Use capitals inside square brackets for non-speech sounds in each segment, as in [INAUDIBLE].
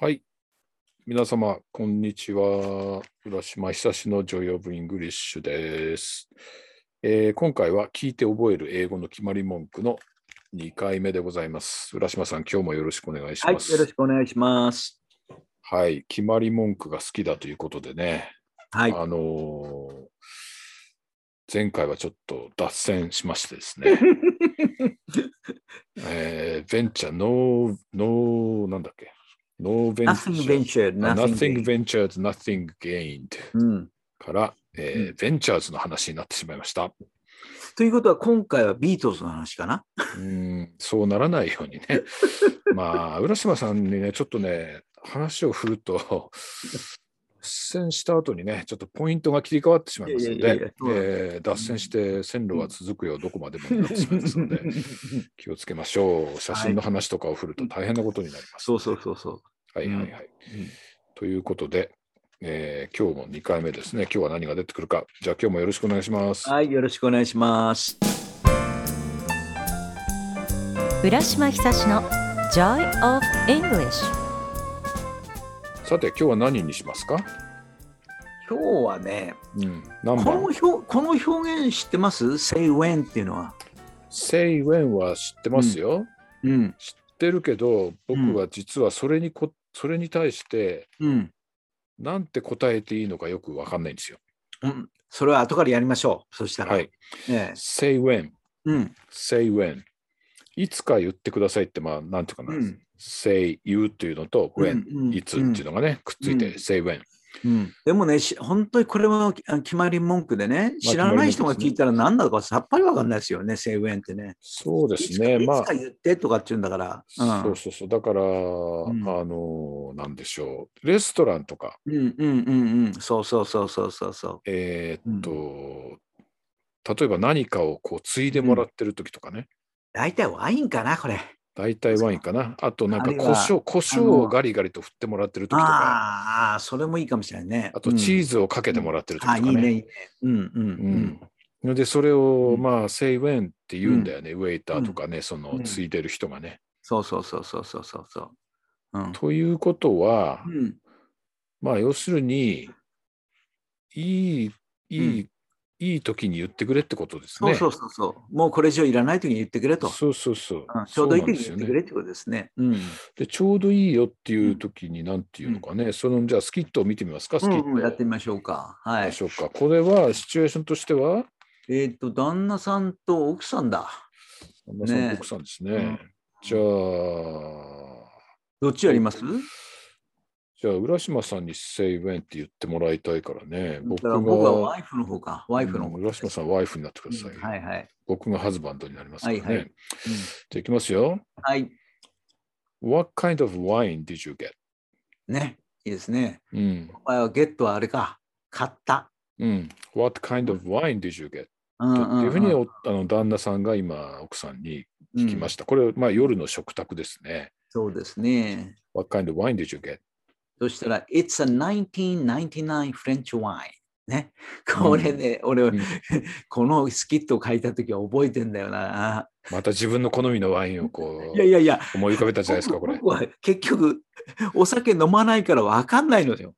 はい。皆様、こんにちは。浦島久志のジョイオブイングリッシュです、えー今回は聞いて覚える英語の決まり文句の2回目でございます。浦島さん、今日もよろしくお願いしはまい、よす。ろしくお願いします。はい決まり文句が好きだということでね、はい。あのー前回はちょっと脱線しましてです [LAUGHS] ね、えーベンチャー、ノー、ノー、なんだっけ、ノーベンチャ Nothing ー。Nothing ventured, nothing gained. ventures, nothing gained うん。から、えーうベンチャーズの話になってしまいました。ということは今回はビートルズの話かなうん、そうならないよう [LAUGHS] にね。まあ、浦島さんにね、ちょっとね、話を振ると、脱線した後にね、ちょっとポイントが切り替わってしまいますのいやいやいやで、そうなんでえー脱線して線路は続くよ、どこまでもになってしまいます [LAUGHS] ので、気をつけましょう。写真の話とかを振ると大変なことになります。そうそうそうそう。はいはいはい。うんということで、えー今日も2回目ですね。今日は何が出てくるか。じゃあ今日もよろしくお願いします。はい、よろしくお願いします。浦島久志の Joy of English さて、今日は何にしますか、今日はね、うん、何この番表この表現知ってます ?say when っていうのは。 ?Say when は知ってますよ。知うん。ってるけど、うん僕は実はそれにこ、それに対して、うん。なんて答えていいのかよくわかんないんですよ。うん、それは後からやりましょう。そしたら。はい。ええ Say when, うん。 say when. いつか言ってくださいって、まあ、なんていうかな。うん say, 言うっていうのと、when, うんうんいつっていうのがね、くっついて、うん say when. うん、でもね、し本当にこれはあ決まり文句でね、知らない人が聞いたら何だかさっぱりわかんないですよね、セイウェンってね。そうですね。いつかまあいつか言ってとかって言うんだから。そうそうそう。だから、んあの、なんでしょう。レストランとか、うんうんうんうん。そうそうそうそうそうそえーっと、例えば何かをこう、ついでもらってる時とかね。う。大体ワインかな、これ。大体ワインかな。あと、なんかあるい胡は椒、胡椒をガリガリと振ってもらってる時とか、ああ、それもいいかもしれないね。あとチーズズをかけてもらってる時とかあいいね。ね、いいね。うんううんん。ので、それを、うんまあ、セイウェンって言うんだよね。ウェイターとかね、そうの、んついでる人がね。そうそうそうそうそうそうそう。うん。ということは、うんまあ要するに、いい、いい、いい時に言ってくれってことですそね。うそうそうそう。もうこれ以上いらないときに言ってくれと。そうそうそううんちょうどいいときにそ言うっなんですよてくねれってことですね。うん。で、ちょうどいいよっていう時に、なんていうのかね、その、じゃあスキットを見てみますか、スキット。うんうんやってみましょうか。はまいし。ょうか。これは、シチュエーションとしては、えっと、旦那さんと奥さんだ。旦那さんねと奥さんですね。うんじゃあ、どっちやりますじゃあ、浦島さんにセイウェンって言ってもらいたいからね、だ僕かが、ら僕はワイフの方か。ワイフのう方ん浦島さんはワイフになってください。うんはいはい。僕がハズバンドになりますからね。はいはいうんじゃあ、いきますよ。はい。 What kind of wine did you get? ね。いいですね。うん。お前はゲットはあれか。買った。うん。What kind of wine did you get? うんとうってんいうふうにうんおあの旦那さんが今奥さんに聞きまうんした。これ、まあ夜の食卓ですね。そうですね。 What kind of wine did you get? そしたら、It's a 1999 French wine。ね。これね、俺はうんこのスキットを書いたときは覚えてんだよな。また自分の好みのワインをこ [LAUGHS] いやいうやいや、思い浮かべたじゃないですか、これ僕。は結局、お酒飲まないからわかんないのよ。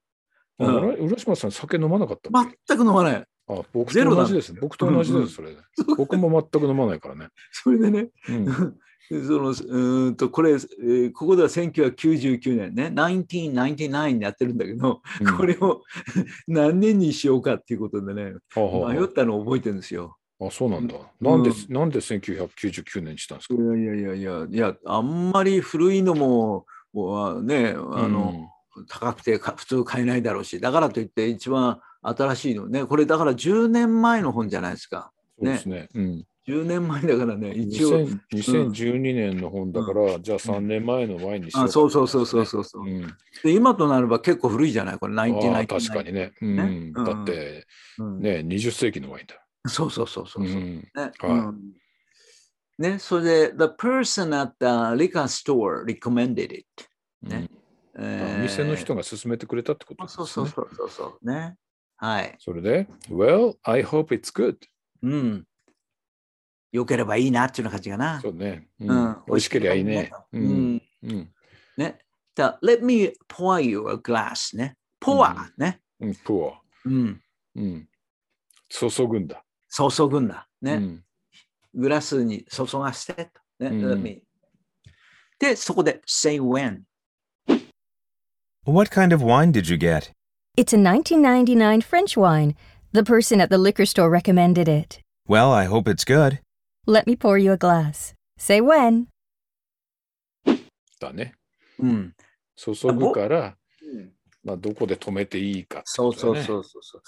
あうん浦浦島さん、酒飲まなかったっけ全く飲まない。あ、僕ゼとロ同なんじでですね。僕と同じです、それ。僕も全く飲まないからね。それでね、 [LAUGHS] うん。そのうーんとこれ、えーここでは1999年ね、1999にやってるんだけど、うんこれを [LAUGHS] 何年にしようかっていうことでね、はあはあ迷ったのを覚えてるんですよ。あ、そうなんだ。なんで、うなんで1999年にしたんですいかやいやいやいや、いや、あんまり古いのも、もうね、あの、、高くてか普通買えないだろうし、だからといって一番新しいのね、これだから10年前の本じゃないですか。うんそうですね。うん。 10年前だからね、一応。 2000 2012年の本だから、じゃあ3年前のワインにしようあかそうそうそうそうそうそう、うんで。今となれば結構古いじゃない、これ、あ99あ確かにね、うんねうんだって、うんね、20世紀のワインだ。そうそうそうそううそう、ねんうんね、それで、The person at the liquor store recommended it、ねうんえーあ店の人が勧めてくれたってことあです、そね。うそうそうそうそう。ね。はい。それで、Well, I hope it's good. うん。良ければいいなっていうような感じかな。そうね。うんうん美味しけりゃいいね。うん。うんね。だ Let me pour you a glass ね。pour ね。うん、プア。うん。うん。注ぐんだ。注ぐんだ。ね。うん。グラスに注がしてと。ね。うん Let me. で、そこで say when。 What kind of wine did you get? It's a 1999 French wine. The person at the liquor store recommended it. Well, I hope it's good. Let me pour you a glass. Say when. だね。うん。注ぐから、まあ、どこで止めていいかってそこうとそだねうそうそうそう。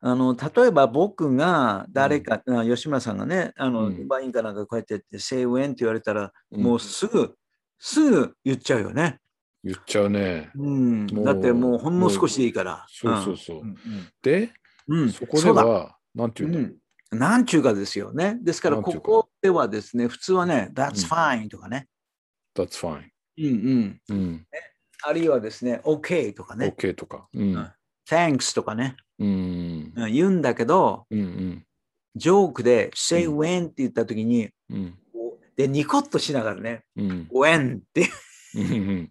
あの例えば僕が誰か、あ吉村さんがねあの、うんワインかなんかこうやってやって「Say when」って言われたら、うんもうすぐすぐ言っちゃうよね。言っちゃうね。うん、もうだってもうほんの少しでいいから。そうそうそう。うんで、うんうんそこでそうだは、なんてう言うんだろう。ん、なんちゅうかですよね。ですからなんちゅこうかこではですね普通はね「That's うん fine」とかね、 That's fine. うんううん、ん。あるいはですね「OK」とかね OK とか。うん。 「Thanks」とかね、うん。うん言うんだけどうん。うん。ジョークで「Say うん when」って言った時に「うん。で、ニコッとしながらね、うん。 when って。いうん。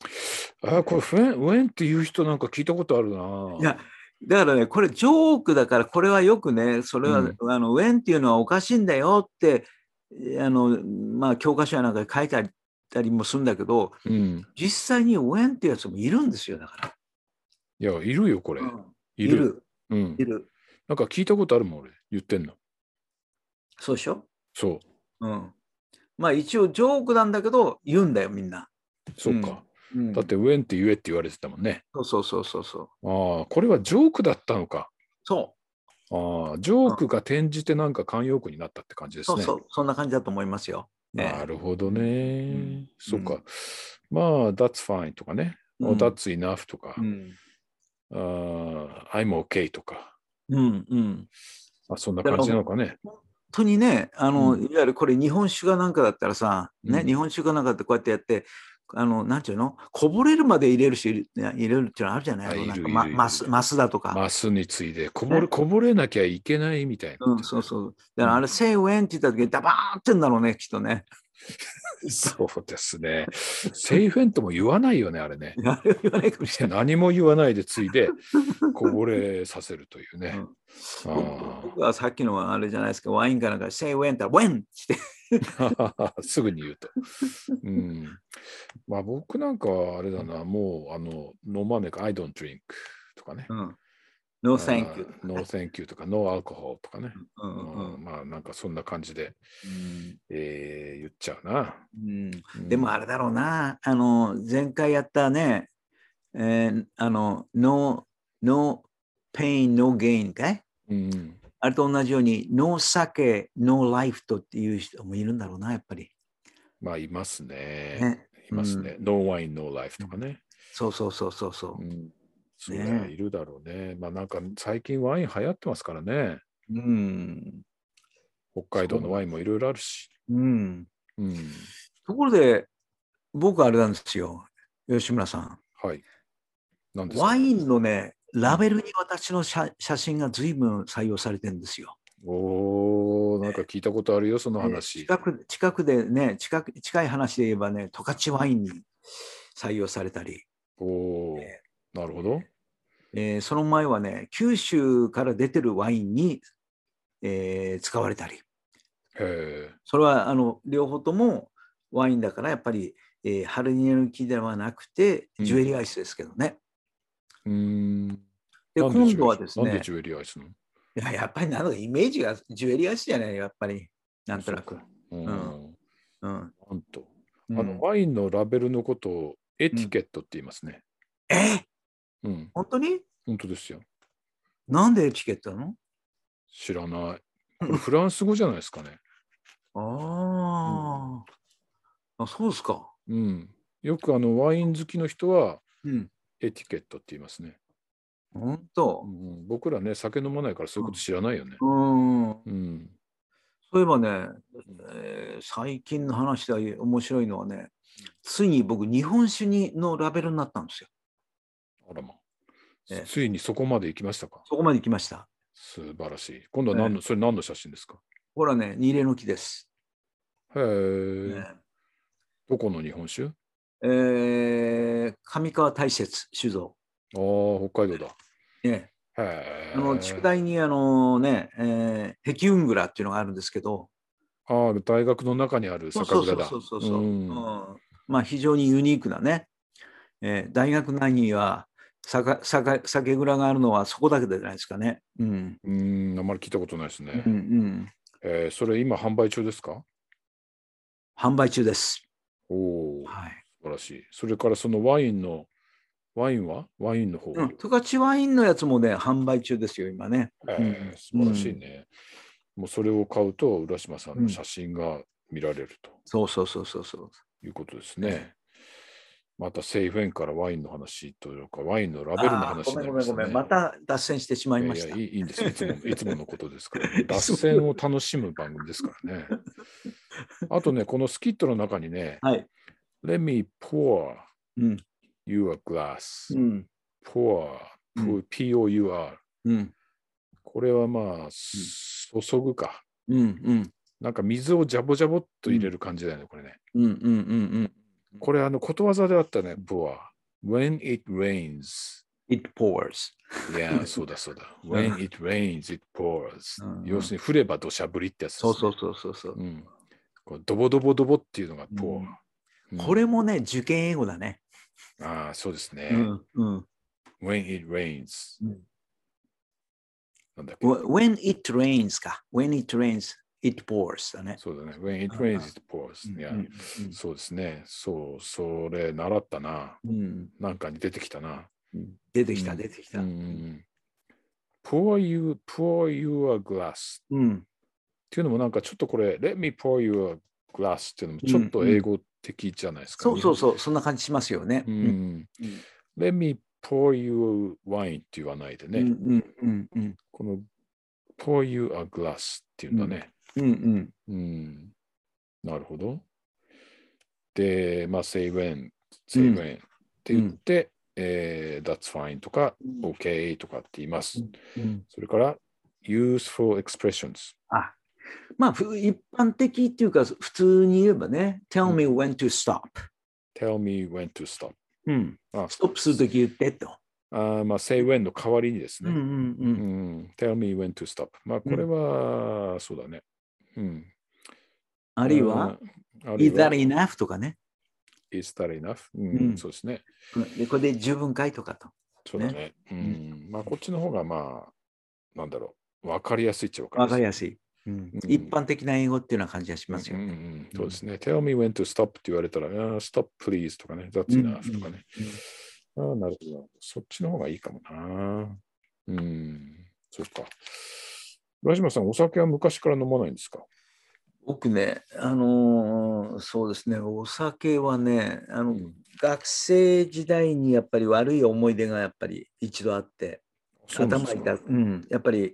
あ、これ、フェン、ウェンっていう人なんか聞いたことあるな。や、だからね、これジョークだから、これはよくね、それは、うんあの、when っていうのはおかしいんだよって、えあの、まあ、教科書やなんかに書いてあったりもするんだけど、うん。実際に when っていうやつもいるんですよ、だかいや、いるよ、これら。。いいる。る、うんい。る。なんか聞いたことあるもん、俺。言ってんの。そうでしょそう。うん。まあ、一応ジョークなんだけど、言うんだよ、みんな。そうか。うんだって、ウェンって言えって言われてたもんね。そうそうそうそうそう。ああ、これはジョークだったのか。そうああ、ジョークが転じてなんか慣用句になったって感じですそうね。そう、そんな感じだと思いますよ。ねなるほどね。んそうか。うまあ、That's fine とかね。うん Oh, That's enough とか、うんあー I'm okay とか、うんうん。まあ、そんな感じなのかね。本当にねあの、うんいわゆるこれ日本酒がなんかだったらさ、ねうん日本酒がなんかってこうやってやってあのなんていうのこぼれるまで入れるし入れ入れるっていうのあるじゃないああのなんいかるいるまいるマスマスだとか、マスについでこぼれ、ねこぼれなきゃいけないみたいな。うん、そうそうだからあれ「セイウェン」って言った時にダバーンってんだろうねきっとね [LAUGHS] そうですね。セイフェントも言わないよね、あれ [LAUGHS] ね。あれを言わないかもしれない何も言わないでついで、こぼれさせるというね。あ僕はさっきのあれじゃないですかワインかなんか「セイウェン」って「ウェン」ってー [LAUGHS] すぐに言うと。うん、まあ僕なんかはあれだな、もうあの、飲まねえか、I don't drink とかね「う。ん、No thank you あー No thank you とか、No alcohol とかね。」ううんんうんまあなんかそんな感じで、うんえー言っちゃうな。うんうんでもあれだろうな、あの、前回やったね、えーあの、no, no pain, no gain かいうん、あれと同じように、no 酒、no life とっていう人もいるんだろうな、やっぱり。まあいますね。ね、いますね。No wine, no life とかね。そうそうそうそうそうう。んそうだよねえいるだろうね。まあなんか最近ワイン流行ってますからね。うん。北海道のワインもいろいろあるし。うん。うん、ところで、僕あれなんですよ、吉村さん。はい。なんですかワインのね、ラベルに私の写写真が随分採用されてんですよ。おー、なんか聞いたことあるよ、そのね話。近く近くでね近く、近い話で言えばね、十勝ワインに採用されたり、おー、なるほど。えーその前はね、九州から出てるワインに、えー使われたり、へそれはあの両方ともワインだから、やっぱり、えーハルニエの木ではなくて、うんジュエリーアイスですけどね。え。うん。で、なんジュエリー今度はですなんでね、ジュエリーアイスなのいややっぱりなんだかイメージがジュエリーアイスじゃない、やっぱり、なんとなそくう。かうん。んうんなんと。うあんの、ワインのラベルのことをエティケットって言いますね。えーうん。本当に本当ですよ。なんでエチケットなの知らない。これフランス語じゃないですかね。ああ、あ、そうですか。うん。よくあのワイン好きの人はうん。エティケットって言いますね。本う当。ん、僕らね、酒飲まないからそういうこと知らないよね。うん。うん。そういえばね、えー最近の話で面白いのはね、ついに僕、日本酒にのラベルになったんですよ。あらまええ。ついにそこまで行きましたか。そこまで来ました。素晴らしい。今度は何の、それ何の写真ですかほらね、ニレの木です。へえ、ねどこの日本酒えー上川大雪酒造。ああ、北海道だ。ね、へえ。あの宿題にあの、ねえー、壁運倉っていうのがあるんですけど、ああ、大学の中にある酒蔵だ。そうそうそうそうそう、んうんまあ、非常にユニークなね、えー大学内には酒酒酒蔵があるのはそこだけじゃないですかね。うんうん、あんまり聞いたことないですね。うんうん、えーそれ今販売中ですか販売中です。おお、はい素晴らしい。それからそのワインの、ワインはワインの方。うん、十勝ワインのやつもね、販売中ですよ、今ね。えー素晴らしいね。もうそれを買うと、浦島さんの写真が見られるとそうそうそうそうそう。いうことですね。またセイフェンからワインの話というか、ワインのラベルの話にあなーりごまめんした、ごね。めんごめん。また脱線してしまいました。いやいやいいいいんですよい [LAUGHS] つもの。いつものことですから、脱線を楽しむ番組ですから [LAUGHS] ね。あとね、このスキットの中にね、はい。 Let me pour うん。 you a glass. うん。 pour, うん P-O-U-R。うん。これはまあ、注ぐか。うん。うん。なんか水をジャボジャボっと入れる感じだよね、これね。うん。うん。うん。うん。これあのことわざであったね、pour When it rains. It pours. いやー、そうだそうだ。When it rains, it pours. うんうん要するに降れば土砂降りってやつですね、そうそうそうそうそう。うん。こうドボドボドボっていうのがポー。うんうんこれもね、受験英語だね。ああ、そうですね。うん。うん。 When it rains、うんなんだっけ When it rains か。When it rains, it pours だね。そうだね。When it うん rains, it pours、いや、うんそうですね。そう、それ習ったな。うんうん。なんかに出てきたな。うん出てきうた、ん出てきうた。うん。ん。pour you, pour you a glass っていうのもなんかちょっとこれ、let me pour you a glass っていうのもちょっと英語的じゃないですか、そうそうそう。そんな感じしますよね。う。ん。let me pour you wine って言わないでうん。うね。ん。うん。うん。この pour you a glass っていうんだね。うん。うん。うん。なるほど。で、まあ、say when, say うん when って言って、えー that's fine とか、OK とかって言います。うん。それから、useful expressions。あまあ、ふ一般的っていうか、普通に言えばね、tell me when to stop。 tell me when to stop。うん。あストップするとき言ってと。あーまあ、say when の代わりにですね。んううんん、tell me when to stop。まあ、これは、そうだね。うん。あるいは、うん、あるい is は that enough? とかね。 is that enough? うん、うんそうですね。うんでこれで十分かいとかと。そうだね。うん。まあ、こっちの方が、まあ、なんだろう。わかりやすいっちゃわかりわやすかい。りやすい。うんうん一般的な英語っていうような感じがしますようんうね。んうん、そうですね。Tell me when to stop って言われたら、あー stop please とかね、that's うんうん enough とかね。ああ、なるほど。そっちの方がいいかもな。うん、そっか。浦島さん、お酒は昔から飲まないんですか僕ね、あのーそうですね、お酒はね、あの、うん学生時代にやっぱり悪い思い出がやっぱり一度あって、そうなんで頭す痛かい、うん、やっぱり、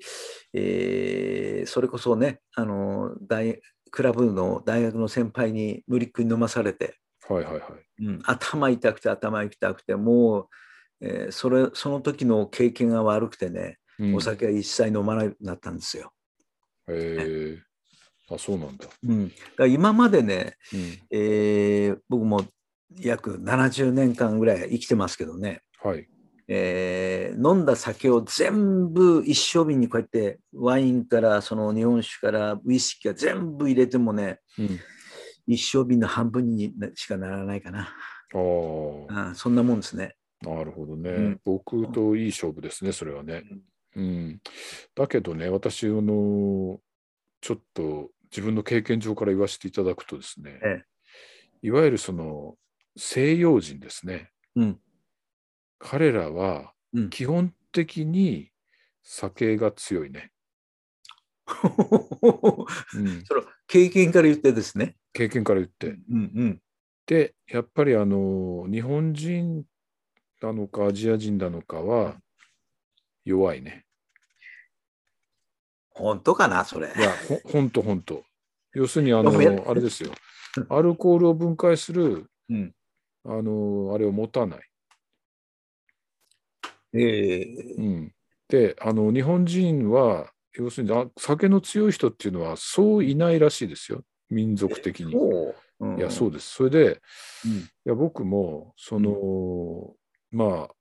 えーそれこそねあの大クラブの大学の先輩に無理っくり飲まされて、はいはいはい。うん、頭痛くて頭痛くてもう、えーそれその時の経験が悪くてねうんお酒は一切飲まなくなったんですよ。へえあ、そうなんだ。うん、だから今までね、うん、えー僕も約70年間ぐらい生きてますけどね、はい。えー飲んだ酒を全部一升瓶にこうやってワインからその日本酒からウイスキーが全部入れてもねうん、一升瓶の半分にしかならないかな、あうん、そんなもんですね [LAUGHS] あ、なるほどね、うん僕といい勝負ですね、それはね。うん、だけどね、私、あの、ちょっと自分の経験上から言わせていただくとですね、えいわゆるその西洋人ですね、うん彼らはうん基本的に酒が強いね、 [LAUGHS] うんそれ経験から言ってですね経験から言って。うんうんで、やっぱりあの、日本人なのかアジア人なのかは弱いね。本当かなそれいや、ほ [LAUGHS] ほんとほんと。要するに、あごめんの、あれですよ。アルコールを分解する、うんあの、あれを持たない。えうーん、で、あの、日本人は、要するにあ酒の強い人っていうのは、そういないらしいですよ。民族的に。もうんいや、そうです。それで、うんいや僕も、その、まあ、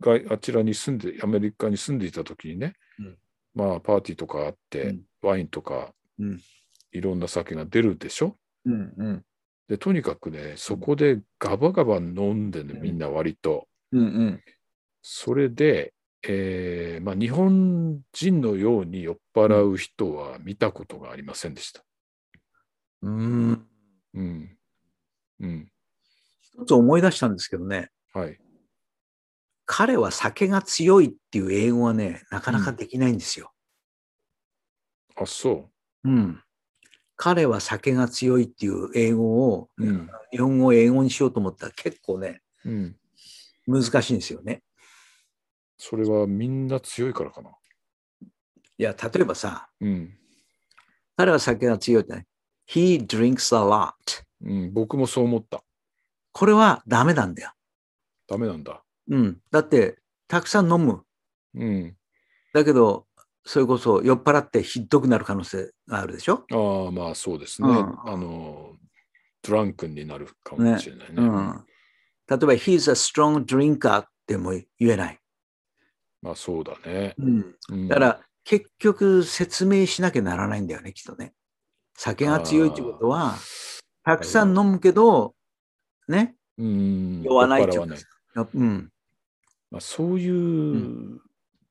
外あちらに住んで、アメリカに住んでいた時にね、うんまあ、パーティーとかあって、うんワインとか、うんいろんな酒が出るでしょうんうんで、とにかくね、そこでガバガバ飲んでね、うんみんな割と。うんうんそれで、えーまあ、日本人のように酔っ払う人は見たことがありませんでした。うんうん。うん。一つ思い出したんですけどねはい。彼は酒が強いっていう英語はねなかなかできないんですよ、あ、そうん、彼は酒が強いっていう英語を、う。うん。日本語を英語にしようと思ったら結構ねうん。難しいんですよねそれはみんな強いからかな。いや例えばさうん。彼は酒が強いってね He drinks a lot うん、僕もそう思った。これはダメなんだよ、ダメなんだ。うん、だってたくさん飲むうん。だけどそれこそ酔っ払ってひどくなる可能性があるでしょ、ああ、まあそうですね。うんあの、ドランクンになるかもしれないね。うん、例えば He's a strong drinker っても言えない、まあそうだね。うん、うんだから結局説明しなきゃならないんだよねきっとね酒が強いってことはたくさん飲むけどねうん、酔わないってい酔っう払わかやうんまあ、そういう、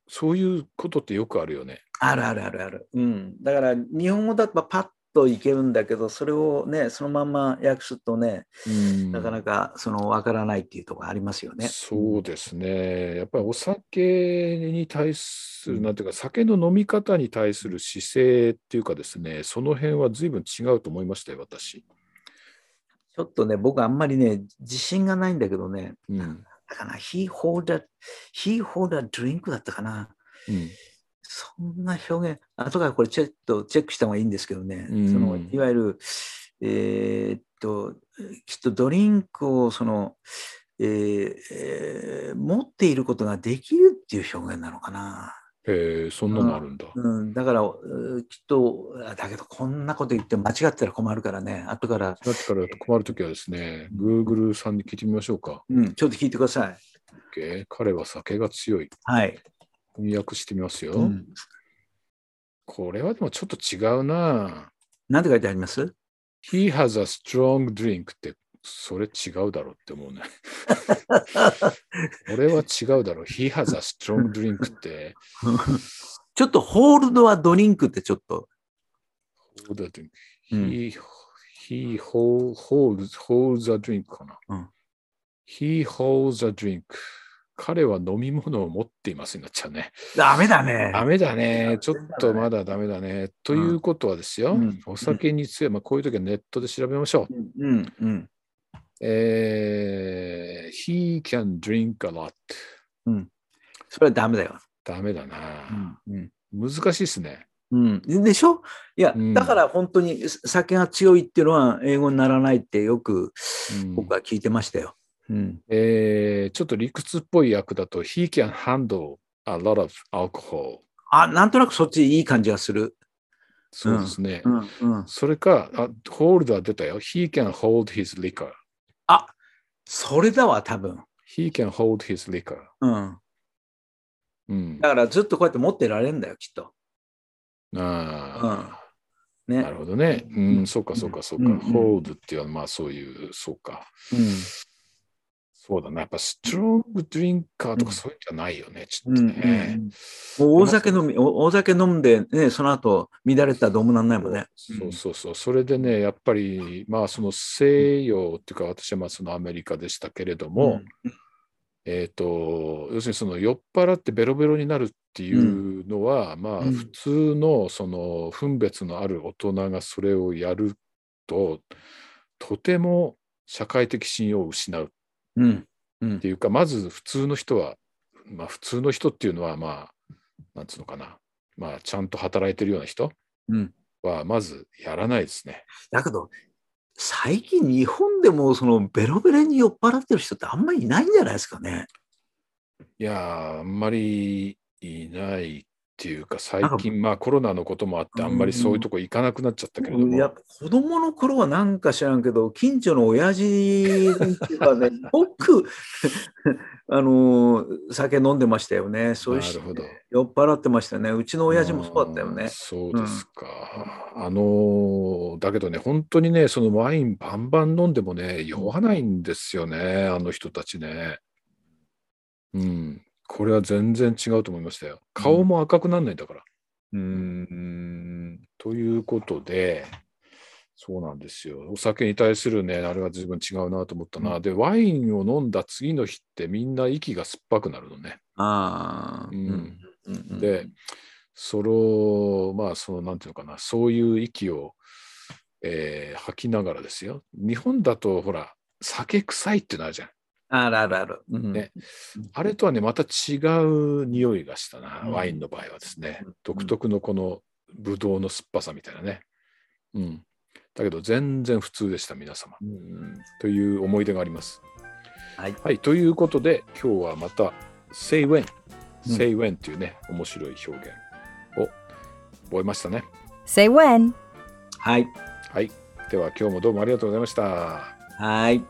そういうことってよくあるよね。あるあるあるある、うん、だから日本語だとパッといけるんだけどそれをねそのまんま訳すとねうんなかなかその分からないっていうところありますよね。そうですね。やっぱりお酒に対する、なんていうか、酒の飲み方に対する姿勢っていうかですね、その辺は随分違うと思いましたよ、私。ちょっとね、僕あんまりね、自信がないんだけどね、うん。だから、he hold a, he hold a drink だったかな。うんそんな表現、後からこれちょっとチェックした方がいいんですけどね、うんそのいわゆる、えーっと、きっとドリンクをその、えーえー持っていることができるっていう表現なのかな。へえ、そんなのあるんだ。うん、だから、うんきっと、あだけどこんなこと言って間違ったら困るからね、後から、だってから困るときはですね、Google さんに聞いてみましょうか。うん、ちょっと聞いてください。 OK 彼は酒が強い。はい。翻訳してみますよ。うんこれはでもちょっと違うな。なんて書いてあります He has a strong drink って、それ違うだろうって思うね。 [LAUGHS] これは違うだろう。He has a strong drink って、ちょっとホールドはドリンクってちょっと。 hold a drink. うん He, he hold, holds, holds a drink かな。うん He holds a drink. 彼は飲み物を持っていますになっちゃうね。ダメだね。ダメだね。ち全ょ然っとまだダメだね。ということはですよ、うんお酒に強い、まあ、こういう時はネットで調べましょう。うんうんうん。えー、he can drink a lot. それはダメだよ。ダメだうな。んうん難しいですね。うん、でしょいや、うんだから本当に酒が強いっていうのは英語にならないってよくうん僕は聞いてましたよ。うんえーちょっと理屈っぽい役だと、he can handle a lot of alcohol。あなんとなくそっちいい感じがする。そうですね。うんうん、それか、あ、hold は出たよ。he can hold his liquor。あそれだわ多分、 he can hold his liquor。うん。うんだ。からずっとこうやって持ってられるんだよきっと。ああ。ね、なるほどね。ううんん、そうか、そうか、そうか。うん hold っていうのは、まあそういう、そうか。そうだな。やっぱ、ストロングドリンカーとうんかそういうんじゃないよね、ちょうっとんうんね。うんもう大酒飲み、お大酒飲んで、ね、その後乱れたらどうもなんないもんね。そうそうそう。それでね、やっぱり、まあその西洋っていうか、私はまあそのアメリカでしたけれども、えっと、要するにその酔っ払ってベロベロになるっていうのは、まあうん普通のその分別のある大人がそれをやると、とても社会的信用を失う。うん、うんっていうか、まず普通の人は、まあ、普通の人っていうのは、まあ、なんつうのかな、まあ、ちゃんと働いてるような人うんは、まずやらないですね。だけど、最近日本でもそのベロベロに酔っ払ってる人ってあんまりいないんじゃないですかね。いやー、あんまりいないていうか、最近、まあコロナのこともあって、あんまりそういうとこ行かなくなっちゃったけれどいやも、子供の頃はなんか知らんけど近所の親父が [LAUGHS] ね僕あの酒飲んでましたよねそうしなるほど酔っ払ってましたねうちの親父もそうだったよあーねそうですか。あのーだけどね、本当にね、そのワインバンバン飲んでもね、酔わないんですよね、あの人たちね。うん。これは全然違うと思いましたよ。顔も赤くなんないんだから。うーんということで、そうなんですよ。お酒に対するね、あれは随分違うなと思ったな。で、ワインを飲んだ次の日ってみんな息が酸っぱくなるのね。ああうんうんで、その、まあ、その、なんていうのかな、そういう息を、えー吐きながらですよ。日本だと、ほら、酒臭いってなるじゃん。あるあるある、うんねあれとはね、また違う匂いがしたな、うんワインの場合はですねうん。独特のこの、ブドウの酸っぱさみたいなね。うん。だけど、全然普通でした、皆様。うんという思い出があります。はいはい、ということで今日はまた「Say When」「うん Say When」というね、面白い表現を覚えましたね。 Say when. はいはい、では今日もどうもありがとうございました。はい